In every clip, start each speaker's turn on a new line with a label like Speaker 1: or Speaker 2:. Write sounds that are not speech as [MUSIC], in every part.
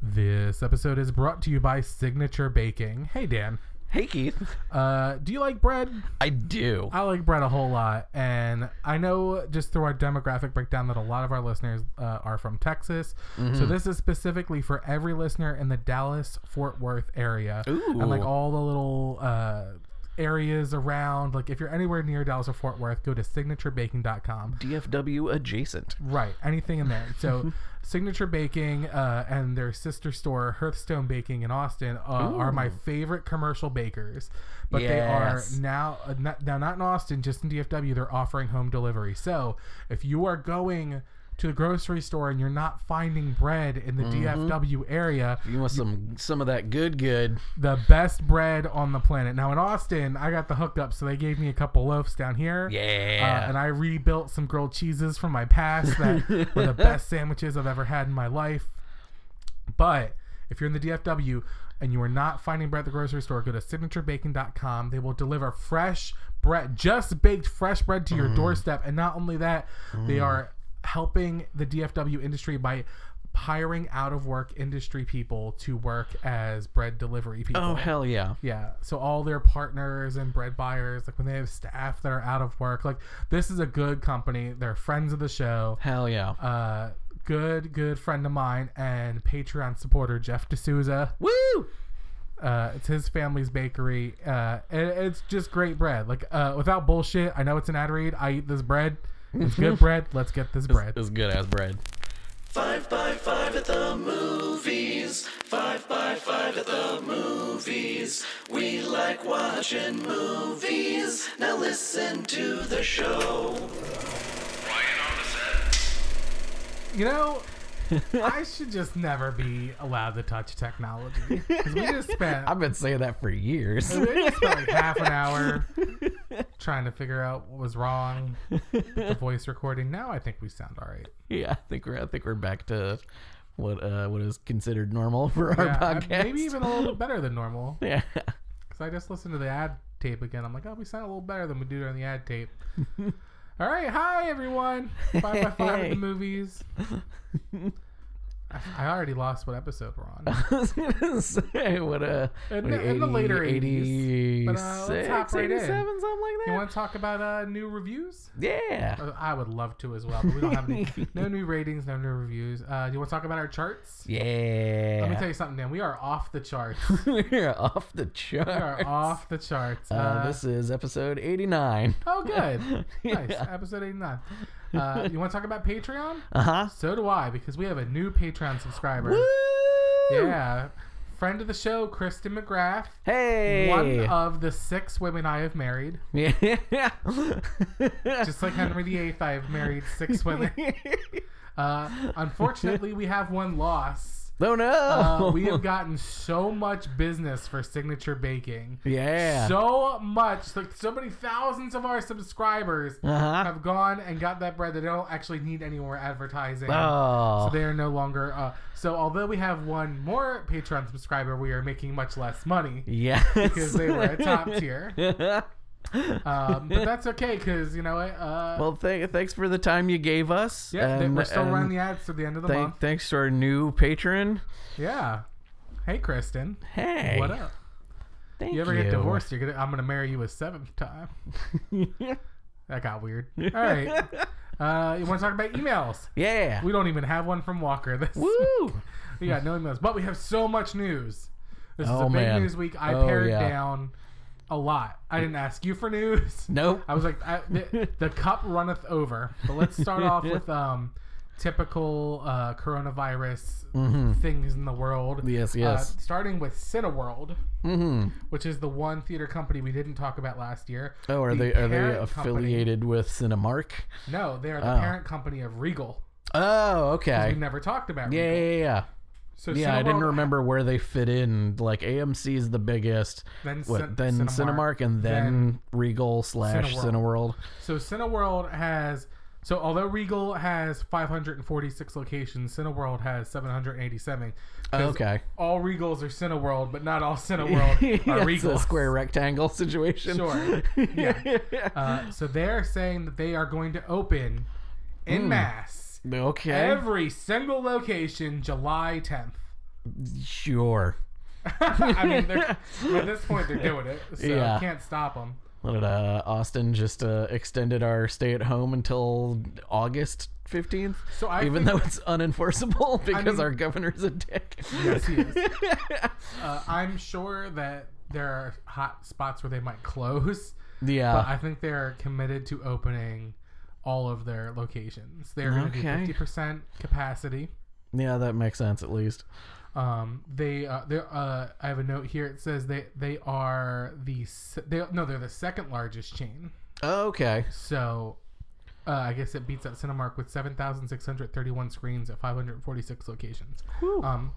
Speaker 1: This episode is brought to you by Signature Baking. Hey, Dan.
Speaker 2: Hey Keith,
Speaker 1: Uh, do you like bread?
Speaker 2: I do.
Speaker 1: I like bread a whole lot, and I know just through our demographic breakdown that a lot of our listeners uh, are from Texas. So this is specifically for every listener in the Dallas Fort Worth area,
Speaker 2: Ooh.
Speaker 1: and like all the little uh, areas around. Like if you're anywhere near Dallas or Fort Worth, go to signaturebaking.com.
Speaker 2: DFW adjacent.
Speaker 1: Right, anything in there. So, Signature Baking uh, and their sister store, Hearthstone Baking in Austin, uh, are my favorite commercial bakers. But
Speaker 2: Yes.
Speaker 1: they are now uh, not, now not in Austin, just in DFW. They're offering home delivery. So, if you are going to the grocery store and you're not finding bread in the DFW area,
Speaker 2: You want some some of that good good?
Speaker 1: the best bread on the planet. Now in Austin, I got the hookup, so they gave me a couple loaves down here.
Speaker 2: Yeah.
Speaker 1: Uh, and I rebuilt some grilled cheeses from my past that
Speaker 2: [LAUGHS]
Speaker 1: were the best sandwiches I've ever had in my life. But if you're in the DFW and you are not finding bread at the grocery store, go to signaturebaking.com. They will deliver fresh bread, just baked fresh bread to
Speaker 2: Mm.
Speaker 1: your doorstep. And not only that, they are helping the DFW industry by hiring out of work industry people to work as bread delivery people.
Speaker 2: Oh hell yeah!
Speaker 1: Yeah. So all their partners and bread buyers, like when they have staff that are out of work, like this is a good company. They're friends of the show.
Speaker 2: Hell yeah!
Speaker 1: Uh, good, good friend of mine and Patreon supporter Jeff D'Souza.
Speaker 2: Woo!
Speaker 1: Uh, it's his family's bakery. Uh, and it's just great bread. Like uh, without bullshit, I know it's an ad read. I eat this bread. It's good bread. Let's get this bread.
Speaker 2: This good ass bread.
Speaker 3: Five by five at the movies. Five by five at the movies. We like watching movies. Now listen to the show. Quiet on the set.
Speaker 1: You know, I should just never be allowed to touch technology because we just spent
Speaker 2: I've been saying that for
Speaker 1: [LAUGHS]
Speaker 2: years. [LAUGHS]
Speaker 1: We just spent like half an hour trying to figure out what was wrong with the voice recording. Now I think we sound all right.
Speaker 2: yeah, I think we're I think we're back to what uh what is considered normal [LAUGHS] for our
Speaker 1: Yeah, I-
Speaker 2: podcast.
Speaker 1: maybe even a little bit better than normal.
Speaker 2: [LAUGHS] yeah. [LAUGHS]
Speaker 1: Because I just listened to the ad tape again. I'm like, oh, we sound a little better than we do during the ad
Speaker 2: [LAUGHS]
Speaker 1: tape. all right, hi everyone. Five by five at
Speaker 2: Hey.
Speaker 1: the
Speaker 2: [LAUGHS]
Speaker 1: movies. I, I already lost what episode we're on.
Speaker 2: I was gonna say what uh
Speaker 1: In
Speaker 2: what,
Speaker 1: the- in the later 80s, but, uh, let's
Speaker 2: 86,
Speaker 1: hop right in.
Speaker 2: 87, something
Speaker 1: You
Speaker 2: like that.
Speaker 1: want to talk about uh, new reviews?
Speaker 2: Yeah.
Speaker 1: Uh, I would love to as well, but we don't
Speaker 2: [LAUGHS]
Speaker 1: have any, no new ratings, no new reviews. Uh, do you want to talk about our charts?
Speaker 2: Yeah.
Speaker 1: Let me tell you something, Dan. We are off the
Speaker 2: [LAUGHS]
Speaker 1: charts.
Speaker 2: We're off the chart.
Speaker 1: We are off the charts. Uh,
Speaker 2: Uh, this is
Speaker 1: [LAUGHS]
Speaker 2: episode 89. [LAUGHS]
Speaker 1: oh, good. Nice.
Speaker 2: Yeah.
Speaker 1: Episode
Speaker 2: [LAUGHS]
Speaker 1: 89. Uh, you want to talk about Patreon?
Speaker 2: Uh huh.
Speaker 1: So do I, because we have a new Patreon subscriber.
Speaker 2: Woo!
Speaker 1: Yeah. Friend of the show, Kristen McGrath.
Speaker 2: Hey.
Speaker 1: One of the six women I have married.
Speaker 2: [LAUGHS] yeah.
Speaker 1: Just like Henry VIII, I have married
Speaker 2: [LAUGHS]
Speaker 1: six women. Uh, unfortunately, we have one loss.
Speaker 2: oh no.
Speaker 1: Uh, we
Speaker 2: Oh.
Speaker 1: have gotten so much business for signature baking.
Speaker 2: [LAUGHS] yeah.
Speaker 1: So much, like so many thousands of our subscribers
Speaker 2: uh huh.
Speaker 1: have gone and got that bread. They don't actually need any more advertising. So
Speaker 2: Oh.
Speaker 1: they are no longer. Uh, so although we have one more Patreon subscriber, we are making much less money
Speaker 2: yes.
Speaker 1: because they were at
Speaker 2: [LAUGHS]
Speaker 1: top tier.
Speaker 2: well,
Speaker 1: Um, but that's okay because you know what? Uh,
Speaker 2: th- thanks for the time you gave us.
Speaker 1: yeah, they,
Speaker 2: and-
Speaker 1: we're still
Speaker 2: and
Speaker 1: running the ads to the end of the
Speaker 2: thank-
Speaker 1: month.
Speaker 2: Thanks to our new patron.
Speaker 1: Yeah. Hey, Kristen.
Speaker 2: Hey.
Speaker 1: What up?
Speaker 2: Thank
Speaker 1: You ever get divorced? You're gonna. I'm gonna marry you a seventh time. That got weird. All
Speaker 2: [LAUGHS]
Speaker 1: right. Uh, you want to talk about emails?
Speaker 2: [LAUGHS] yeah.
Speaker 1: We don't even have one from Walker. This [LAUGHS]
Speaker 2: Woo.
Speaker 1: we got no emails, but we have so much news. This is a
Speaker 2: Oh,
Speaker 1: big
Speaker 2: man.
Speaker 1: news week. I
Speaker 2: Oh,
Speaker 1: pared
Speaker 2: yeah.
Speaker 1: down a lot. I didn't ask you for news.
Speaker 2: [LAUGHS] Nope.
Speaker 1: I was like, I, the, the cup runneth over. But let's start off
Speaker 2: [LAUGHS]
Speaker 1: with um, typical uh, coronavirus things in the world.
Speaker 2: Mm-hmm. Yes, yes.
Speaker 1: Uh, starting with Cineworld,
Speaker 2: Mm-hmm.
Speaker 1: which is the one theater company we didn't talk about last year.
Speaker 2: Oh, are
Speaker 1: The
Speaker 2: they are they
Speaker 1: parent company-
Speaker 2: affiliated with Cinemark?
Speaker 1: No, they are the
Speaker 2: Oh.
Speaker 1: parent company of Regal.
Speaker 2: Oh, okay.
Speaker 1: We never talked about
Speaker 2: Yeah,
Speaker 1: Regal.
Speaker 2: yeah, yeah.
Speaker 1: So
Speaker 2: Yeah, I didn't
Speaker 1: Cineworld-
Speaker 2: remember where they fit in. Like AMC is the biggest,
Speaker 1: Then,
Speaker 2: what,
Speaker 1: Cin-
Speaker 2: then Cinemark, and then, Regal slash
Speaker 1: Cineworld.
Speaker 2: Cineworld.
Speaker 1: So Cineworld has so although Regal has 546 locations, Cineworld has 787. 'Cause
Speaker 2: Oh, Okay.
Speaker 1: All Regals are Cineworld, but not all
Speaker 2: [LAUGHS]
Speaker 1: Cineworld
Speaker 2: Yeah,
Speaker 1: are
Speaker 2: it's a
Speaker 1: Regals.
Speaker 2: square rectangle situation. [LAUGHS]
Speaker 1: Sure. Yeah. Uh, so they're saying that they are going to open in mass
Speaker 2: Hmm. okay.
Speaker 1: every single location July 10th.
Speaker 2: Sure.
Speaker 1: [LAUGHS] I mean, they're, at this point, they're doing it, so
Speaker 2: Yeah.
Speaker 1: you can't stop them.
Speaker 2: What, uh, Austin just uh, extended our stay at home until August 15th.
Speaker 1: So I
Speaker 2: even
Speaker 1: think-
Speaker 2: though it's unenforceable [LAUGHS] because
Speaker 1: mean-
Speaker 2: our governor's a dick.
Speaker 1: Yes, he
Speaker 2: [LAUGHS]
Speaker 1: is. Uh, I'm sure that there are hot spots where they might close, but
Speaker 2: yeah.
Speaker 1: I think they're committed to opening all of their locations. They're going to
Speaker 2: Okay.
Speaker 1: do 50% capacity.
Speaker 2: yeah, that makes sense at least.
Speaker 1: Um, they uh, they uh, I have a note here. It says they they are the se- they no they're the second largest chain.
Speaker 2: Okay.
Speaker 1: So uh, I guess it beats out Cinemark with seven thousand six hundred thirty one screens at five hundred forty six locations. Um,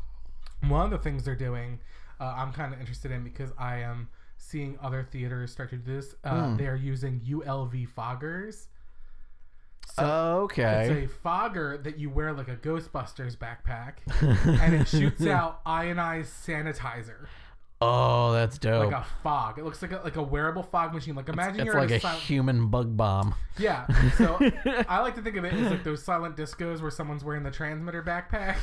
Speaker 1: one of the things they're doing, uh, I'm kind of interested in because I am seeing other theaters start to do this. Uh, They are using ULV foggers.
Speaker 2: okay.
Speaker 1: It's a fogger that you wear like a Ghostbusters
Speaker 2: [LAUGHS]
Speaker 1: backpack, and it shoots out ionized sanitizer.
Speaker 2: oh, that's dope.
Speaker 1: like a fog. It looks like a, like a wearable fog machine. Like imagine
Speaker 2: it's
Speaker 1: you're
Speaker 2: like
Speaker 1: in
Speaker 2: a
Speaker 1: a, silent,
Speaker 2: human bug bomb.
Speaker 1: [LAUGHS] yeah.
Speaker 2: [LAUGHS]
Speaker 1: So I like to think of it as like those silent discos where someone's wearing the transmitter backpack.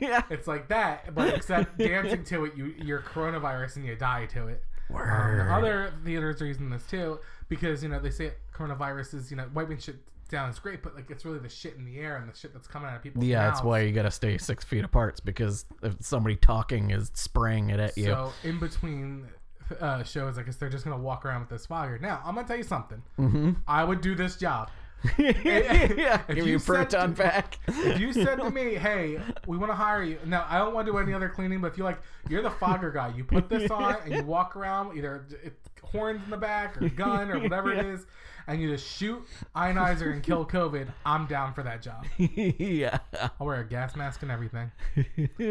Speaker 2: [LAUGHS] yeah.
Speaker 1: It's like that, but except dancing to it, you you're coronavirus and you die to it. Um,
Speaker 2: Word.
Speaker 1: the other theaters are using this too because you know they say coronavirus is you know wiping shit down is great, but like it's really the shit in the air and the shit that's coming out of people's
Speaker 2: yeah,
Speaker 1: mouths.
Speaker 2: that's why you gotta stay six feet apart. It's because if somebody talking is spraying it at you. [LAUGHS]
Speaker 1: So [LAUGHS] in between uh, shows, I guess they're just gonna walk around with this fogger. Now I'm gonna tell you something.
Speaker 2: Mm.
Speaker 1: I would do this job.
Speaker 2: yeah,
Speaker 1: if
Speaker 2: give
Speaker 1: you
Speaker 2: you
Speaker 1: said
Speaker 2: proton
Speaker 1: to-
Speaker 2: pack.
Speaker 1: If you said to me, [LAUGHS] "Hey, we want to hire you," now I don't want to do any other cleaning, but if you like, you're the fogger guy. You put
Speaker 2: [LAUGHS]
Speaker 1: this on and you walk around, with either it, horns in the back or gun or whatever
Speaker 2: [LAUGHS]
Speaker 1: it is, and you just shoot ionizer and kill COVID. I'm down for that job.
Speaker 2: [LAUGHS] yeah,
Speaker 1: I'll wear a gas mask and everything. [LAUGHS]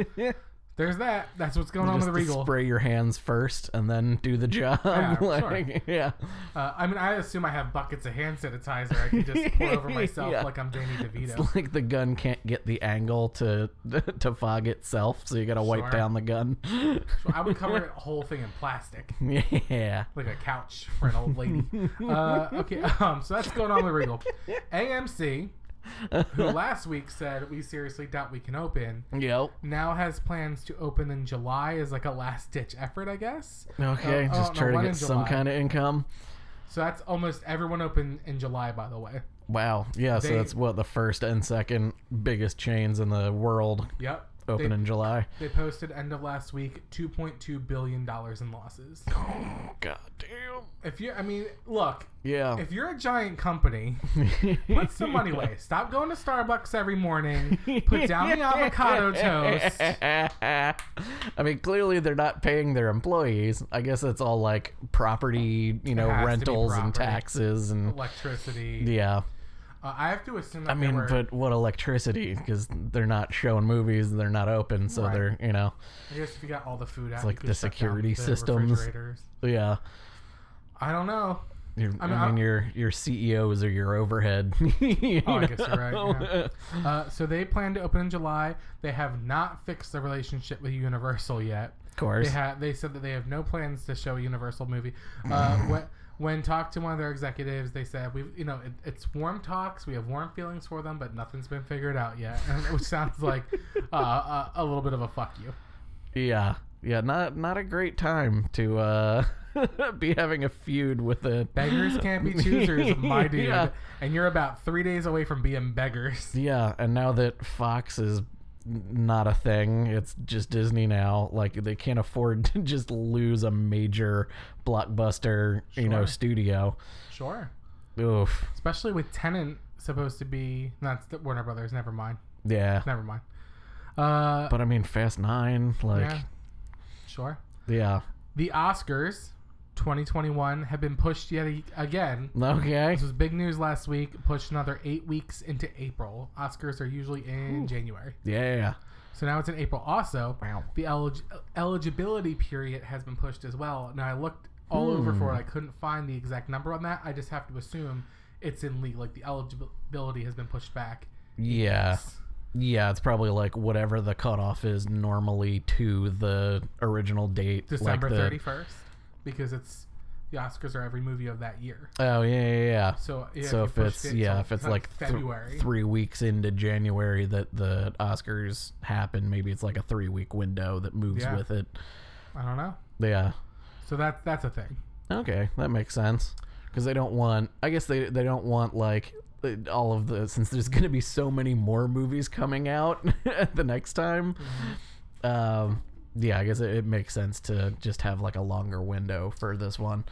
Speaker 1: There's that. That's what's going on with
Speaker 2: just
Speaker 1: the
Speaker 2: to
Speaker 1: Regal.
Speaker 2: spray your hands first and then do the job. [LAUGHS]
Speaker 1: Yeah,
Speaker 2: like, yeah.
Speaker 1: Uh, I mean, I assume I have buckets of hand sanitizer. I can just pour over myself
Speaker 2: [LAUGHS] Yeah.
Speaker 1: like I'm Danny DeVito.
Speaker 2: It's like the gun can't get the angle to [LAUGHS] to fog itself, so you gotta
Speaker 1: Sure.
Speaker 2: wipe down the gun. [LAUGHS]
Speaker 1: So I would cover the whole thing in plastic.
Speaker 2: yeah.
Speaker 1: like a couch for an old lady. uh, okay, [LAUGHS] um, so that's going on with Regal. AMC,
Speaker 2: [LAUGHS]
Speaker 1: who last week said we seriously doubt we can open,
Speaker 2: Yep.
Speaker 1: now has plans to open in July as like a last ditch effort, I guess.
Speaker 2: Okay,
Speaker 1: Uh, oh,
Speaker 2: just
Speaker 1: no,
Speaker 2: try to
Speaker 1: one in
Speaker 2: get some
Speaker 1: July.
Speaker 2: kind of income.
Speaker 1: So that's almost everyone open in July, by the way.
Speaker 2: Wow. Yeah, so
Speaker 1: They-
Speaker 2: that's what the first and second biggest chains in the world
Speaker 1: Yep.
Speaker 2: open
Speaker 1: they,
Speaker 2: in July.
Speaker 1: [GASPS] they posted end of last week two point two billion dollars in losses.
Speaker 2: God damn.
Speaker 1: If you, I mean, look,
Speaker 2: Yeah.
Speaker 1: if you're a giant company,
Speaker 2: [LAUGHS]
Speaker 1: put some money away. Stop going to Starbucks every morning. Put down the
Speaker 2: [LAUGHS]
Speaker 1: avocado toast.
Speaker 2: I mean, clearly they're not paying their employees. I guess it's all like property, you know,
Speaker 1: has to be
Speaker 2: rentals and
Speaker 1: property.
Speaker 2: taxes and
Speaker 1: electricity.
Speaker 2: yeah.
Speaker 1: Uh, I have to assume. That
Speaker 2: I mean,
Speaker 1: were,
Speaker 2: but what electricity? Because they're not showing movies, they're not open, so
Speaker 1: Right.
Speaker 2: they're you know,
Speaker 1: I guess if you got all the food out, you
Speaker 2: like
Speaker 1: could
Speaker 2: the
Speaker 1: shut down
Speaker 2: security
Speaker 1: the
Speaker 2: systems.
Speaker 1: refrigerators.
Speaker 2: yeah.
Speaker 1: I don't know.
Speaker 2: You're, I
Speaker 1: mean,
Speaker 2: mean,
Speaker 1: I'm-
Speaker 2: your your CEOs are your overhead. [LAUGHS] you
Speaker 1: Oh, I guess you're
Speaker 2: know?
Speaker 1: right. Yeah. Uh, so they plan to open in July. They have not fixed the relationship with Universal yet.
Speaker 2: Of course.
Speaker 1: They had. They said that they have no plans to show a Universal movie. Uh, when, when talked to one of their executives, they said, "We, you know, it, it's warm talks. We have warm feelings for them, but nothing's been figured out yet." [LAUGHS] And which sounds like uh, a, a little bit of a fuck you.
Speaker 2: yeah, yeah. Not not a great time to uh, [LAUGHS] be having a feud with a
Speaker 1: [LAUGHS] Beggars can't be
Speaker 2: [LAUGHS]
Speaker 1: choosers, my [LAUGHS] dude.
Speaker 2: Yeah.
Speaker 1: And you're about three days away from being beggars.
Speaker 2: Yeah, and now that Fox is not a thing, it's just Disney now. Like they can't afford [LAUGHS] to just lose a major blockbuster, you know,
Speaker 1: Sure.
Speaker 2: studio.
Speaker 1: Sure.
Speaker 2: Oof.
Speaker 1: Especially with Tenant supposed to be. That's the Warner Brothers. Never mind.
Speaker 2: Yeah.
Speaker 1: Never mind. Uh,
Speaker 2: But I mean Fast 9, like
Speaker 1: yeah. Sure.
Speaker 2: yeah.
Speaker 1: The Oscars 2021 have been pushed yet a- again.
Speaker 2: Okay.
Speaker 1: This was big news last week. Pushed another eight weeks into April. Oscars are usually in January.
Speaker 2: Yeah.
Speaker 1: So now it's in April. Also,
Speaker 2: Wow.
Speaker 1: the elig- eligibility period has been pushed as well. Now I looked all over for
Speaker 2: Hmm.
Speaker 1: it. I couldn't find the exact number on that. I just have to assume it's in league. Like the eligibility has been pushed back.
Speaker 2: Yeah. Yeah, it's probably like whatever the cutoff is normally to the original date.
Speaker 1: December
Speaker 2: like the,
Speaker 1: thirty first, because it's The Oscars are every movie of that year.
Speaker 2: Oh yeah, yeah, yeah.
Speaker 1: So, yeah,
Speaker 2: so
Speaker 1: if
Speaker 2: if
Speaker 1: you
Speaker 2: it's
Speaker 1: pushed it
Speaker 2: yeah,
Speaker 1: till-
Speaker 2: if it's
Speaker 1: till
Speaker 2: like th-
Speaker 1: February.
Speaker 2: three weeks into January that the Oscars happen, maybe it's like a three week window that moves
Speaker 1: Yeah.
Speaker 2: with it.
Speaker 1: I don't know.
Speaker 2: Yeah.
Speaker 1: So that that's a thing.
Speaker 2: Okay, that makes sense. Because they don't want, I guess they they don't want like uh, all of the since there's going to be so many more movies coming out [LAUGHS] the next time.
Speaker 1: Mm-hmm.
Speaker 2: Um, yeah, I guess it, it makes sense to just have like a longer window for this one.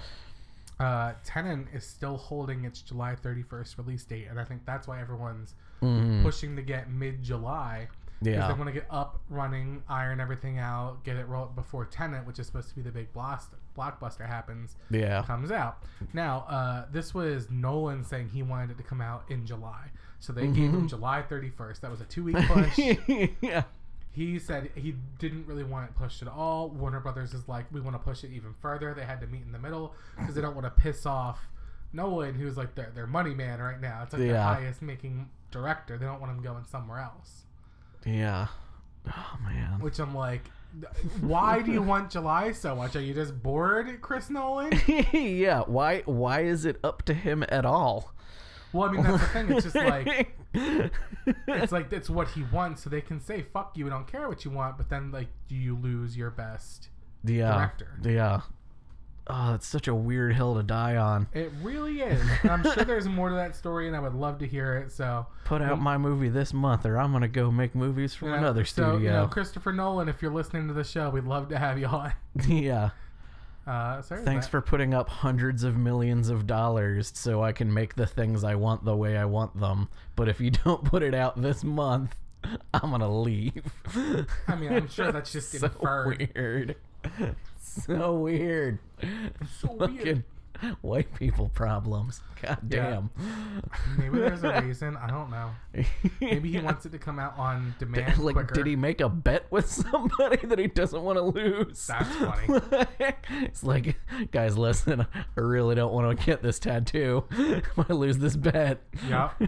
Speaker 1: Uh, Tenon is still holding its July 31st release date, and I think that's why everyone's pushing to get mid July.
Speaker 2: Mm-hmm. Yeah.
Speaker 1: Because they want to get up, running, iron everything out, get it rolled before Tenant, which is supposed to be the big blast, blockbuster, happens,
Speaker 2: Yeah. [LAUGHS]
Speaker 1: comes out. Now, uh, this was Nolan saying he wanted it to come out in July. So they gave
Speaker 2: Mm-hmm.
Speaker 1: him July 31st. That was a two week [LAUGHS] push.
Speaker 2: yeah.
Speaker 1: he said he didn't really want it pushed at all. Warner Brothers is like, we want to push it even further. They had to meet in the middle because they don't want to piss off Nolan, who's like their, their money man right now. It's like their
Speaker 2: Yeah.
Speaker 1: highest making director. They don't want him going somewhere else.
Speaker 2: Yeah. Oh man. [LAUGHS]
Speaker 1: Which I'm like, why do you want July so much? Are you just bored, Chris Nolan?
Speaker 2: yeah. Why why is it up to him at all?
Speaker 1: Well, I mean, that's the thing. It's just like,
Speaker 2: [LAUGHS]
Speaker 1: it's like, it's what he wants. So they can say, fuck you, we don't care what you want. But then, like, do you lose your best?
Speaker 2: yeah.
Speaker 1: director.
Speaker 2: Yeah. Oh, it's such a weird hill to die on.
Speaker 1: It really is. And I'm sure there's more to that story, and I would love to hear it. So,
Speaker 2: Put out my movie this month, or I'm gonna go make movies for
Speaker 1: Mm-hmm. Yeah,
Speaker 2: another
Speaker 1: So, you know,
Speaker 2: studio.
Speaker 1: Christopher Nolan, if you're listening to the show, we'd love to have you on.
Speaker 2: [LAUGHS]
Speaker 1: [LAUGHS]
Speaker 2: yeah.
Speaker 1: Uh, sorry
Speaker 2: Thanks for putting up hundreds of millions of dollars so I can make the things I want the way I want them. But if you [LAUGHS] don't put it out this month, [LAUGHS] I'm gonna leave.
Speaker 1: I mean, I'm sure
Speaker 2: [LAUGHS]
Speaker 1: that's just
Speaker 2: so
Speaker 1: inferred. [LAUGHS]
Speaker 2: weird. So weird.
Speaker 1: So weird.
Speaker 2: Fucking white people problems. God
Speaker 1: Yeah.
Speaker 2: damn.
Speaker 1: Maybe there's a
Speaker 2: [LAUGHS]
Speaker 1: reason. I don't know. Maybe he wants it to come out on
Speaker 2: [LAUGHS]
Speaker 1: demand
Speaker 2: like,
Speaker 1: quicker.
Speaker 2: did he make a bet with [LAUGHS] somebody that he doesn't want to lose?
Speaker 1: That's
Speaker 2: [LAUGHS]
Speaker 1: funny.
Speaker 2: it's like, guys, listen, I really don't want to get this tattoo. [LAUGHS] If I lose this bet, [LAUGHS]
Speaker 1: Yup.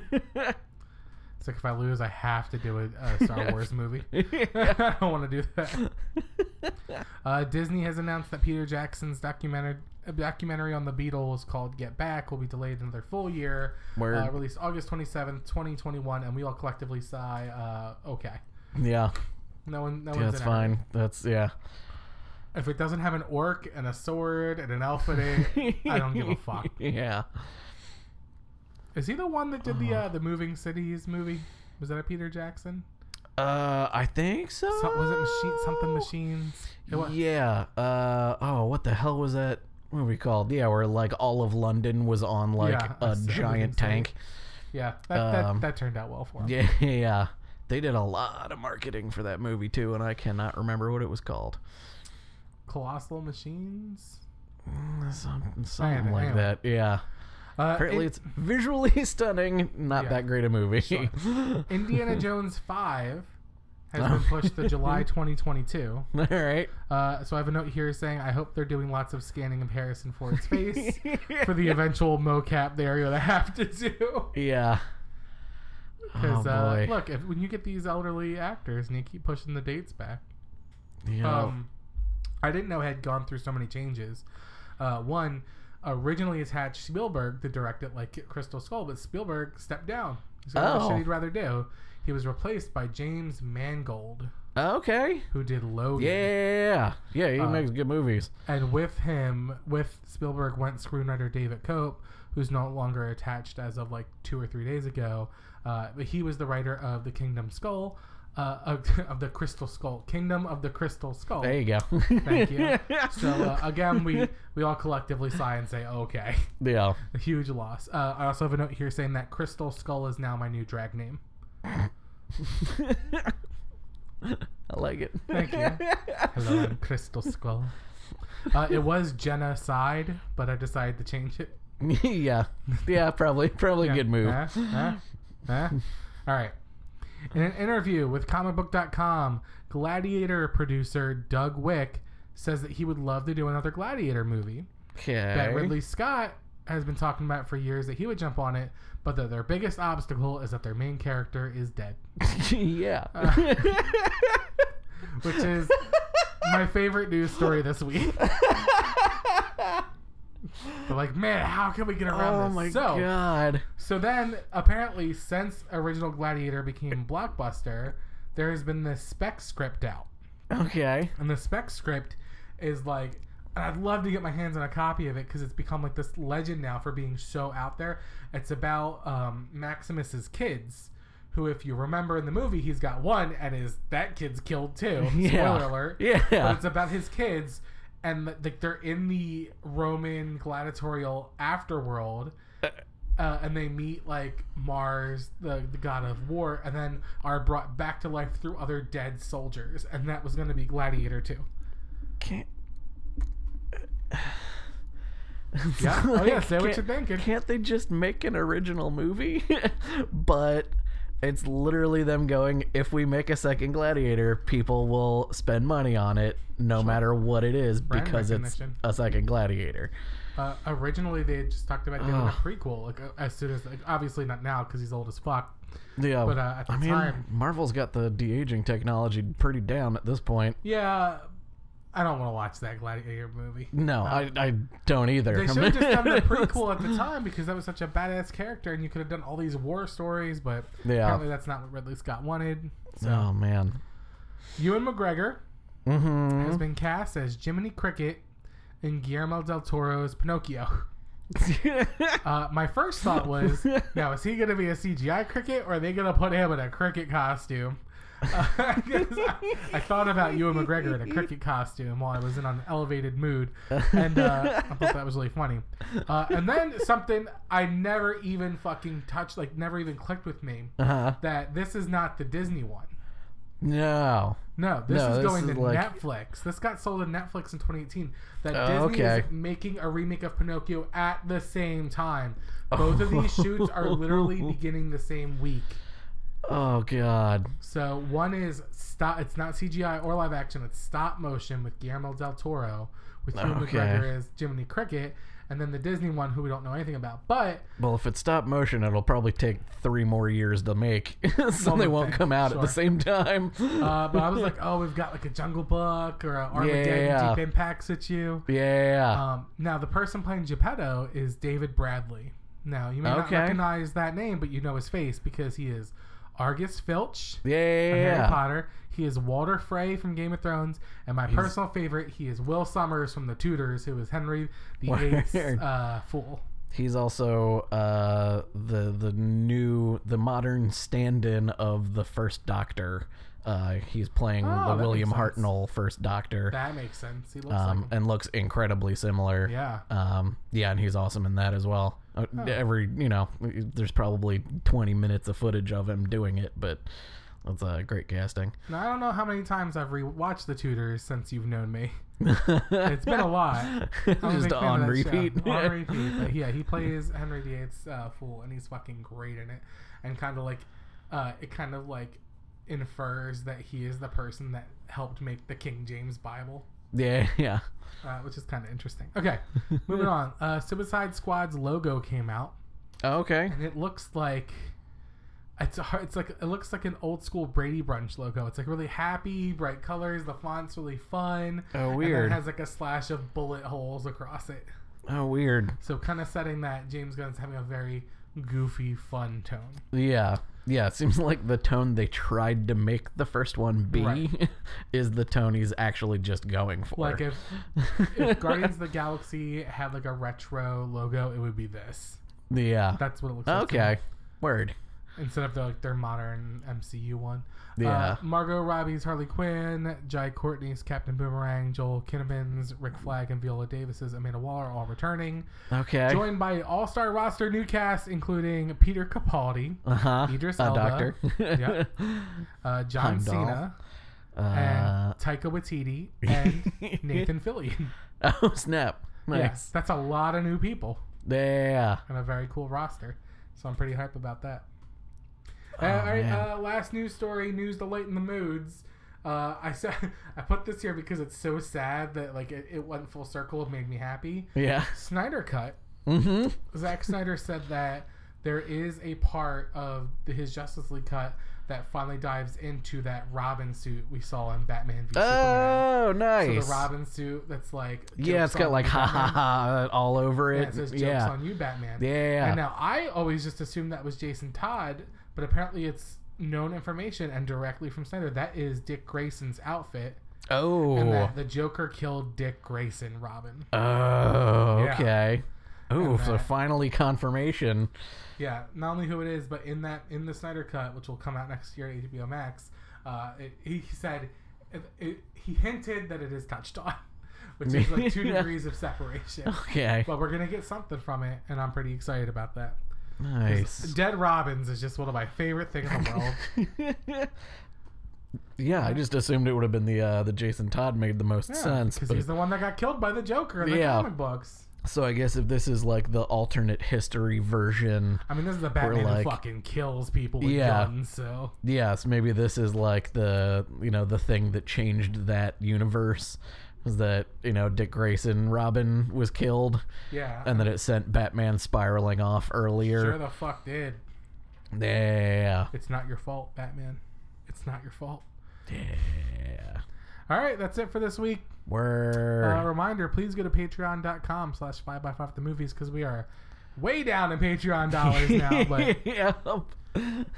Speaker 1: It's like if I lose, I have to
Speaker 2: [LAUGHS]
Speaker 1: do a, a Star Wars movie. [LAUGHS] I don't want to do that. Uh, Disney has announced that Peter Jackson's documentary documentary on the Beatles called Get Back will be delayed another full year.
Speaker 2: Word.
Speaker 1: Uh, released August 27th, 2021, and we all collectively sigh, uh, okay.
Speaker 2: yeah,
Speaker 1: No one, no
Speaker 2: yeah,
Speaker 1: one's
Speaker 2: that's
Speaker 1: in it.
Speaker 2: fine. That's yeah.
Speaker 1: If it doesn't have an orc and a sword and an elf in it, I don't
Speaker 2: [LAUGHS]
Speaker 1: give a fuck.
Speaker 2: yeah,
Speaker 1: Is he the one that did the
Speaker 2: Uh-huh.
Speaker 1: uh, the Moving Cities movie? Was that a Peter Jackson?
Speaker 2: uh, I think so.
Speaker 1: So, was it machine something machines? It wa-
Speaker 2: Yeah. Uh, oh, what the hell was that movie called? Yeah, where like all of London was on like
Speaker 1: Yeah, I
Speaker 2: a
Speaker 1: s- I
Speaker 2: giant
Speaker 1: wouldn't say-
Speaker 2: tank.
Speaker 1: Yeah, that, that,
Speaker 2: Um,
Speaker 1: that turned out well for him.
Speaker 2: [LAUGHS] Yeah, yeah. They did a lot of marketing for that movie too, and I cannot remember what it was called.
Speaker 1: Colossal machines.
Speaker 2: Mm, Some, something
Speaker 1: know,
Speaker 2: like
Speaker 1: yeah.
Speaker 2: that. Yeah.
Speaker 1: Uh,
Speaker 2: Apparently,
Speaker 1: in-
Speaker 2: it's visually [LAUGHS] stunning. Not
Speaker 1: Yeah.
Speaker 2: that great a movie.
Speaker 1: Indiana Jones Five has been pushed to July 2022.
Speaker 2: [LAUGHS] All
Speaker 1: [LAUGHS]
Speaker 2: right.
Speaker 1: Uh, so I have a note here saying I hope they're doing lots of scanning of Harrison Ford's
Speaker 2: [LAUGHS]
Speaker 1: face for the eventual mocap they are gonna have to do. [LAUGHS]
Speaker 2: Yeah. Oh
Speaker 1: Because uh,
Speaker 2: boy.
Speaker 1: look, if, when you get these elderly actors and you keep pushing the dates back,
Speaker 2: yeah.
Speaker 1: Um, I didn't know it had gone through so many changes. Uh, one, originally attached Spielberg to direct it like Crystal Skull, but Spielberg stepped down. He's like, oh.
Speaker 2: Oh.
Speaker 1: shit he'd rather do. He was replaced by James Mangold,
Speaker 2: okay.
Speaker 1: who did Logan.
Speaker 2: Yeah. Yeah. He
Speaker 1: Um,
Speaker 2: makes good movies.
Speaker 1: And with him, with Spielberg, went screenwriter David Cope, who's no longer attached as of like two or three days ago. Uh, but he was the writer of The Kingdom Skull, uh, of, [LAUGHS] of The Crystal Skull, Kingdom of the Crystal Skull.
Speaker 2: There you go.
Speaker 1: Thank
Speaker 2: [LAUGHS]
Speaker 1: you. So uh, again, we we all collectively sigh and say, "Okay, [LAUGHS]
Speaker 2: yeah. [LAUGHS]
Speaker 1: a huge loss." Uh, I also have a note here saying that Crystal Skull is now my new drag name.
Speaker 2: I like it.
Speaker 1: Thank
Speaker 2: [LAUGHS]
Speaker 1: you. Hello, I'm Crystal Skull. Uh, it was genocide, but I decided to change it.
Speaker 2: [LAUGHS] yeah. Yeah. Probably. Probably a good move.
Speaker 1: Huh? Huh? Huh? All right. In an interview with comicbook.com, Gladiator producer Doug Wick says that he would love to do another Gladiator movie.
Speaker 2: Okay.
Speaker 1: that Ridley Scott has been talking about for years that he would jump on it, but that their biggest obstacle is that their main character is dead,
Speaker 2: [LAUGHS] yeah.
Speaker 1: Uh, which
Speaker 2: [LAUGHS]
Speaker 1: is my favorite news story this week. like, man, how can we get around
Speaker 2: Oh
Speaker 1: this?
Speaker 2: my
Speaker 1: so,
Speaker 2: god.
Speaker 1: so then apparently, since original Gladiator became blockbuster, there has been this spec script out,
Speaker 2: Okay.
Speaker 1: and the spec script is like. And I'd love to get my hands on a copy of it because it's become like this legend now for being so out there. It's about um, Maximus's kids, who, if you remember in the movie, he's got one, and is that kid's killed too.
Speaker 2: Yeah.
Speaker 1: Spoiler alert but
Speaker 2: Yeah.
Speaker 1: it's about his kids and like they're in the roman gladiatorial afterworld uh, and they meet like mars the, the god of war and then are brought back to life through other dead soldiers and that was going to be gladiator 2
Speaker 2: [SIGHS] Can't.
Speaker 1: yeah [LAUGHS] oh yeah say what
Speaker 2: Can't-
Speaker 1: you're thinking
Speaker 2: Can't they just make an original movie? [LAUGHS] but it's literally them going, if we make a second Gladiator, people will spend money on it no matter what it is
Speaker 1: Brand
Speaker 2: because it's
Speaker 1: recognition.
Speaker 2: a second Gladiator.
Speaker 1: uh, originally they had just talked about doing
Speaker 2: Ugh.
Speaker 1: a prequel like uh, as soon as like, obviously not now because he's old as fuck
Speaker 2: Yeah.
Speaker 1: But, uh, at the
Speaker 2: I mean,
Speaker 1: time-
Speaker 2: Marvel's got the de aging technology pretty down at this point.
Speaker 1: yeah i don't want to watch that gladiator movie
Speaker 2: No, I, I don't either.
Speaker 1: They should have just done
Speaker 2: [LAUGHS]
Speaker 1: the prequel at the time because that was such a badass character, and you could have done all these war stories. But
Speaker 2: Yeah.
Speaker 1: apparently, that's not what Ridley Scott wanted. So
Speaker 2: Oh man.
Speaker 1: Ewan McGregor
Speaker 2: Mm-hmm.
Speaker 1: has been cast as Jiminy Cricket in Guillermo del Toro's Pinocchio. [LAUGHS] Uh, my first thought was, now is he going to be a CGI cricket, or are they going to put him in a cricket costume? [LAUGHS] Uh, 'cause I, I thought about Ewan McGregor in a cricket costume while I was in an elevated mood, and uh, I thought that was really funny. Uh, and then something I never even fucking touched, like never even clicked with me,
Speaker 2: [LAUGHS] uh-huh.
Speaker 1: that this is not the Disney one.
Speaker 2: No.
Speaker 1: No, this
Speaker 2: No,
Speaker 1: is
Speaker 2: this
Speaker 1: going
Speaker 2: is
Speaker 1: to
Speaker 2: like-
Speaker 1: Netflix. This got sold to Netflix in 2018. That
Speaker 2: Oh,
Speaker 1: Disney
Speaker 2: okay.
Speaker 1: is making a remake of Pinocchio at the same
Speaker 2: [LAUGHS]
Speaker 1: time. Both of these shoots are literally beginning the same week.
Speaker 2: Oh god.
Speaker 1: So one is stop. It's not CGI or live action. It's stop motion with Guillermo del Toro, with Hugh
Speaker 2: Okay.
Speaker 1: McGregor as Jiminy Cricket, and then the Disney one, who we don't know anything about. But
Speaker 2: Well, if it's stop motion, it'll probably take three more years to make, [LAUGHS] so
Speaker 1: One
Speaker 2: they
Speaker 1: would
Speaker 2: won't
Speaker 1: think,
Speaker 2: come out at the
Speaker 1: sure.
Speaker 2: same time.
Speaker 1: uh, but I was like,
Speaker 2: [LAUGHS]
Speaker 1: oh, we've got like a Jungle Book or a Armageddon
Speaker 2: Yeah.
Speaker 1: Deep Impacts at you.
Speaker 2: yeah.
Speaker 1: Um, now, the person playing Geppetto is David Bradley. Now, you may not
Speaker 2: Okay.
Speaker 1: recognize that name, but you know his face because he is Argus Filch from Harry
Speaker 2: yeah.
Speaker 1: Potter. He is Walter Frey from Game of Thrones. And my personal favorite, he is Will Summers from The Tudors, who is Henry the Eighth's
Speaker 2: Word.
Speaker 1: uh, fool.
Speaker 2: He's also uh, the the new the modern stand-in of the first Doctor. Uh, he's playing
Speaker 1: Oh, that
Speaker 2: the
Speaker 1: makes
Speaker 2: William
Speaker 1: sense.
Speaker 2: Hartnell first Doctor,
Speaker 1: That makes sense. He looks
Speaker 2: um,
Speaker 1: like him.
Speaker 2: and looks incredibly similar.
Speaker 1: Yeah.
Speaker 2: Um, yeah, and he's awesome in that as well. Uh, Every, you know, there's probably 20 minutes of footage of him doing it, but that's uh, great casting.
Speaker 1: Now, I don't know how many times I've rewatched The Tudors since you've known me. [LAUGHS] It's been a lot. I'm a
Speaker 2: Just
Speaker 1: big fan
Speaker 2: on
Speaker 1: of that show.
Speaker 2: repeat. [LAUGHS]
Speaker 1: on repeat. But yeah, he plays Henry VIII's uh, fool, and he's fucking great in it. And kind of like, uh, it kind of like infers that he is the person that helped make the King James Bible,
Speaker 2: yeah, yeah.
Speaker 1: uh, which is kind of interesting.
Speaker 2: [LAUGHS]
Speaker 1: Okay, moving on. Uh, Suicide Squad's logo came out,
Speaker 2: Oh, Okay.
Speaker 1: and it looks like. It's, a, hard- it's like it looks like an old school Brady Brunch logo. It's like really happy, bright colors. The font's really fun.
Speaker 2: Oh,
Speaker 1: And then
Speaker 2: weird.
Speaker 1: it has like a slash of bullet holes across it.
Speaker 2: Oh, weird.
Speaker 1: So kind of setting that James Gunn's having a very goofy, fun tone.
Speaker 2: Yeah. Yeah, it seems like the tone they tried to make the first one be
Speaker 1: Right.
Speaker 2: [LAUGHS] is the tone he's actually just going for.
Speaker 1: Like
Speaker 2: [LAUGHS]
Speaker 1: if, if Guardians of the Galaxy had like a retro logo, it would be this.
Speaker 2: yeah.
Speaker 1: That's what it looks like. to me,
Speaker 2: Okay. Word.
Speaker 1: Instead of the, like their modern MCU one.
Speaker 2: Yeah.
Speaker 1: Uh, Margot Robbie's Harley Quinn, Jai Courtney's Captain Boomerang, Joel Kinnaman's Rick Flag, and Viola Davis's Amanda Waller all returning.
Speaker 2: Okay.
Speaker 1: Joined by an all-star roster new cast including Peter Capaldi,
Speaker 2: uh huh.
Speaker 1: Idris
Speaker 2: a
Speaker 1: Elba.
Speaker 2: doctor.
Speaker 1: Yeah. uh, John
Speaker 2: Heimdall.
Speaker 1: Cena,
Speaker 2: [LAUGHS] Uh,
Speaker 1: and Taika Waititi and Nathan Fillion.
Speaker 2: [LAUGHS] oh snap!
Speaker 1: Yes,
Speaker 2: Nice.
Speaker 1: that's a lot of new people
Speaker 2: Yeah.
Speaker 1: and a very cool roster. So I'm pretty hype about that.
Speaker 2: Oh,
Speaker 1: Uh, all right,
Speaker 2: man.
Speaker 1: uh, last news story, news to lighten the moods. Uh, I said [LAUGHS] I put this here because it's so sad that like it, it went full circle. It made me happy.
Speaker 2: Yeah.
Speaker 1: Snyder cut.
Speaker 2: Mm-hmm. [LAUGHS]
Speaker 1: Zack Snyder said that there is a part of his Justice League cut that finally dives into that Robin suit we saw in Batman v Superman.
Speaker 2: Oh,
Speaker 1: So
Speaker 2: nice.
Speaker 1: the Robin suit that's like
Speaker 2: yeah, it's
Speaker 1: jokes
Speaker 2: got
Speaker 1: on
Speaker 2: like
Speaker 1: you,
Speaker 2: ha ha
Speaker 1: Batman.
Speaker 2: ha all over
Speaker 1: Yeah,
Speaker 2: it.
Speaker 1: it says jokes
Speaker 2: yeah.
Speaker 1: on you, Batman.
Speaker 2: Yeah.
Speaker 1: And now I always just assumed that was Jason Todd, but apparently it's known information and directly from Snyder. That is Dick Grayson's outfit,
Speaker 2: oh.
Speaker 1: and that the Joker killed Dick Grayson, Robin.
Speaker 2: Oh,
Speaker 1: Yeah.
Speaker 2: okay. Ooh,
Speaker 1: And
Speaker 2: so
Speaker 1: that-
Speaker 2: finally confirmation.
Speaker 1: Yeah, not only who it is, but in that in the Snyder cut, which will come out next year at HBO Max, uh, it, he said it, it, he hinted that it is touched on, [LAUGHS] which is like two
Speaker 2: [LAUGHS] Yeah.
Speaker 1: degrees of
Speaker 2: [LAUGHS]
Speaker 1: separation. [LAUGHS]
Speaker 2: Okay.
Speaker 1: But we're gonna get something from it, and I'm pretty excited about that.
Speaker 2: Nice.
Speaker 1: Dead Robins is just one of my favorite things in the
Speaker 2: [LAUGHS]
Speaker 1: world.
Speaker 2: yeah, I just assumed it would have been the uh, the Jason Todd made the most sense.
Speaker 1: because
Speaker 2: but-
Speaker 1: he's the one that got killed by the Joker in the
Speaker 2: Yeah.
Speaker 1: comic books.
Speaker 2: so I guess if this is like the alternate history version,
Speaker 1: I mean, this is the Batman
Speaker 2: like-
Speaker 1: who fucking kills people with
Speaker 2: Yeah.
Speaker 1: guns. So
Speaker 2: yes, maybe this is like the you know the thing that changed that universe was that you know Dick Grayson Robin was killed,
Speaker 1: yeah,
Speaker 2: and then it sent Batman spiraling off
Speaker 1: sure
Speaker 2: earlier.
Speaker 1: the fuck did.
Speaker 2: Yeah.
Speaker 1: It's not your fault, Batman. It's not your fault.
Speaker 2: Yeah.
Speaker 1: All right, that's it for this week. Uh,
Speaker 2: Word.
Speaker 1: reminder: please go to patreon.com slash five by five the movies because we are way down in Patreon dollars now.
Speaker 2: [LAUGHS]
Speaker 1: But
Speaker 2: Yep.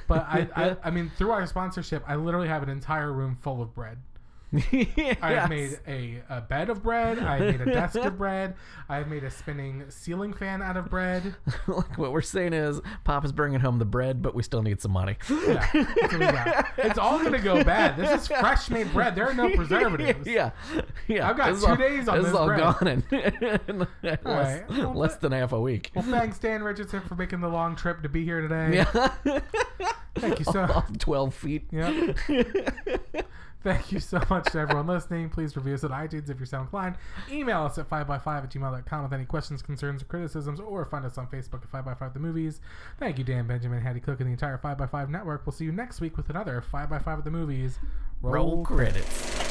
Speaker 1: but I,
Speaker 2: [LAUGHS]
Speaker 1: I I mean through our sponsorship, I literally have an entire room full of bread. I
Speaker 2: Yes.
Speaker 1: have made a, a bed of bread. I have made a desk of bread. I have made a spinning ceiling fan out of bread.
Speaker 2: [LAUGHS] Look, what we're saying is, Papa's bringing home the bread, but we still need some money.
Speaker 1: Yeah, that's what we got. [LAUGHS] It's all gonna go bad.
Speaker 2: [LAUGHS]
Speaker 1: This is fresh made bread. There are no preservatives.
Speaker 2: yeah, yeah.
Speaker 1: I've got
Speaker 2: This is
Speaker 1: two
Speaker 2: all-
Speaker 1: days on
Speaker 2: This is
Speaker 1: this
Speaker 2: all
Speaker 1: bread.
Speaker 2: gone in, [LAUGHS] in less,
Speaker 1: right, well,
Speaker 2: less
Speaker 1: but-
Speaker 2: than half a week. [LAUGHS]
Speaker 1: Well, thanks, Dan Richardson, for making the long trip to be here today.
Speaker 2: yeah,
Speaker 1: Thank you
Speaker 2: [LAUGHS]
Speaker 1: so.
Speaker 2: twelve feet.
Speaker 1: Yep.
Speaker 2: [LAUGHS]
Speaker 1: Thank you so much to everyone listening. Please review us at iTunes if you're so inclined. Email us at 5x5 at gmail.com with any questions, concerns, or criticisms, or find us on Facebook at 5x5 The Movies. Thank you, Dan Benjamin, Hattie Cook, and the entire 5x5 network. We'll see you next week with another 5x5 at The Movies.
Speaker 2: Roll credits.